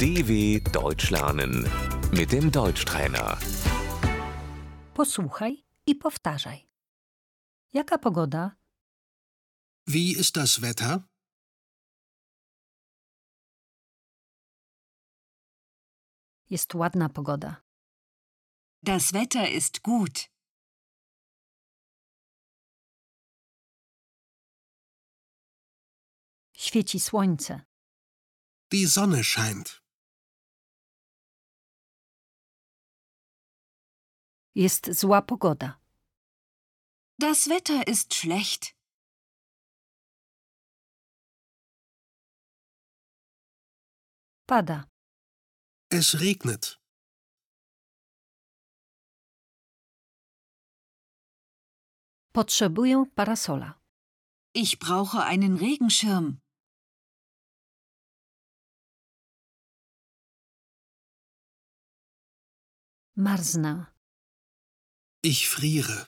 DW Deutsch lernen mit dem Deutschtrainer. Posłuchaj i powtarzaj. Jaka pogoda? Wie ist das Wetter? Jest ładna pogoda. Das Wetter ist gut. Świeci słońce. Die Sonne scheint. Jest zła pogoda. Das Wetter ist schlecht. Pada. Es regnet. Potrzebuję parasola. Ich brauche einen Regenschirm. Marznę. Ich friere.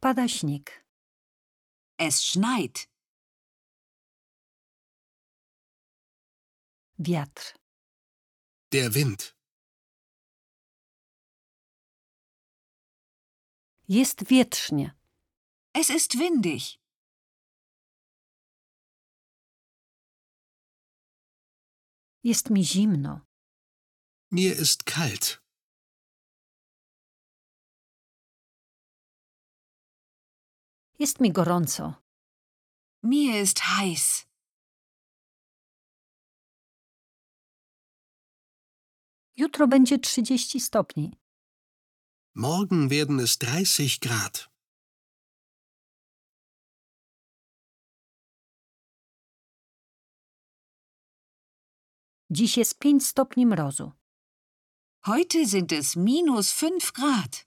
Pada śnieg. Es schneit. Wiatr. Der Wind. Jest wietrznie. Es ist windig. Jest mi zimno. Mir ist kalt. Jest mi gorąco. Mir ist heiß. Jutro będzie 30 stopni. Morgen werden es 30 Grad. Dziś jest 5 stopni mrozu. Heute sind es minus 5 Grad.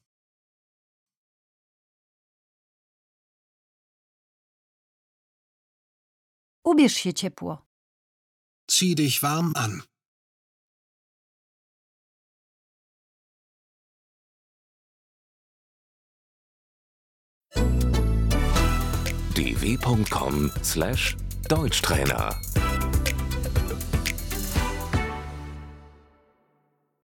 Ubierz się ciepło. Zieh dich warm an. dw.com/deutschtrainer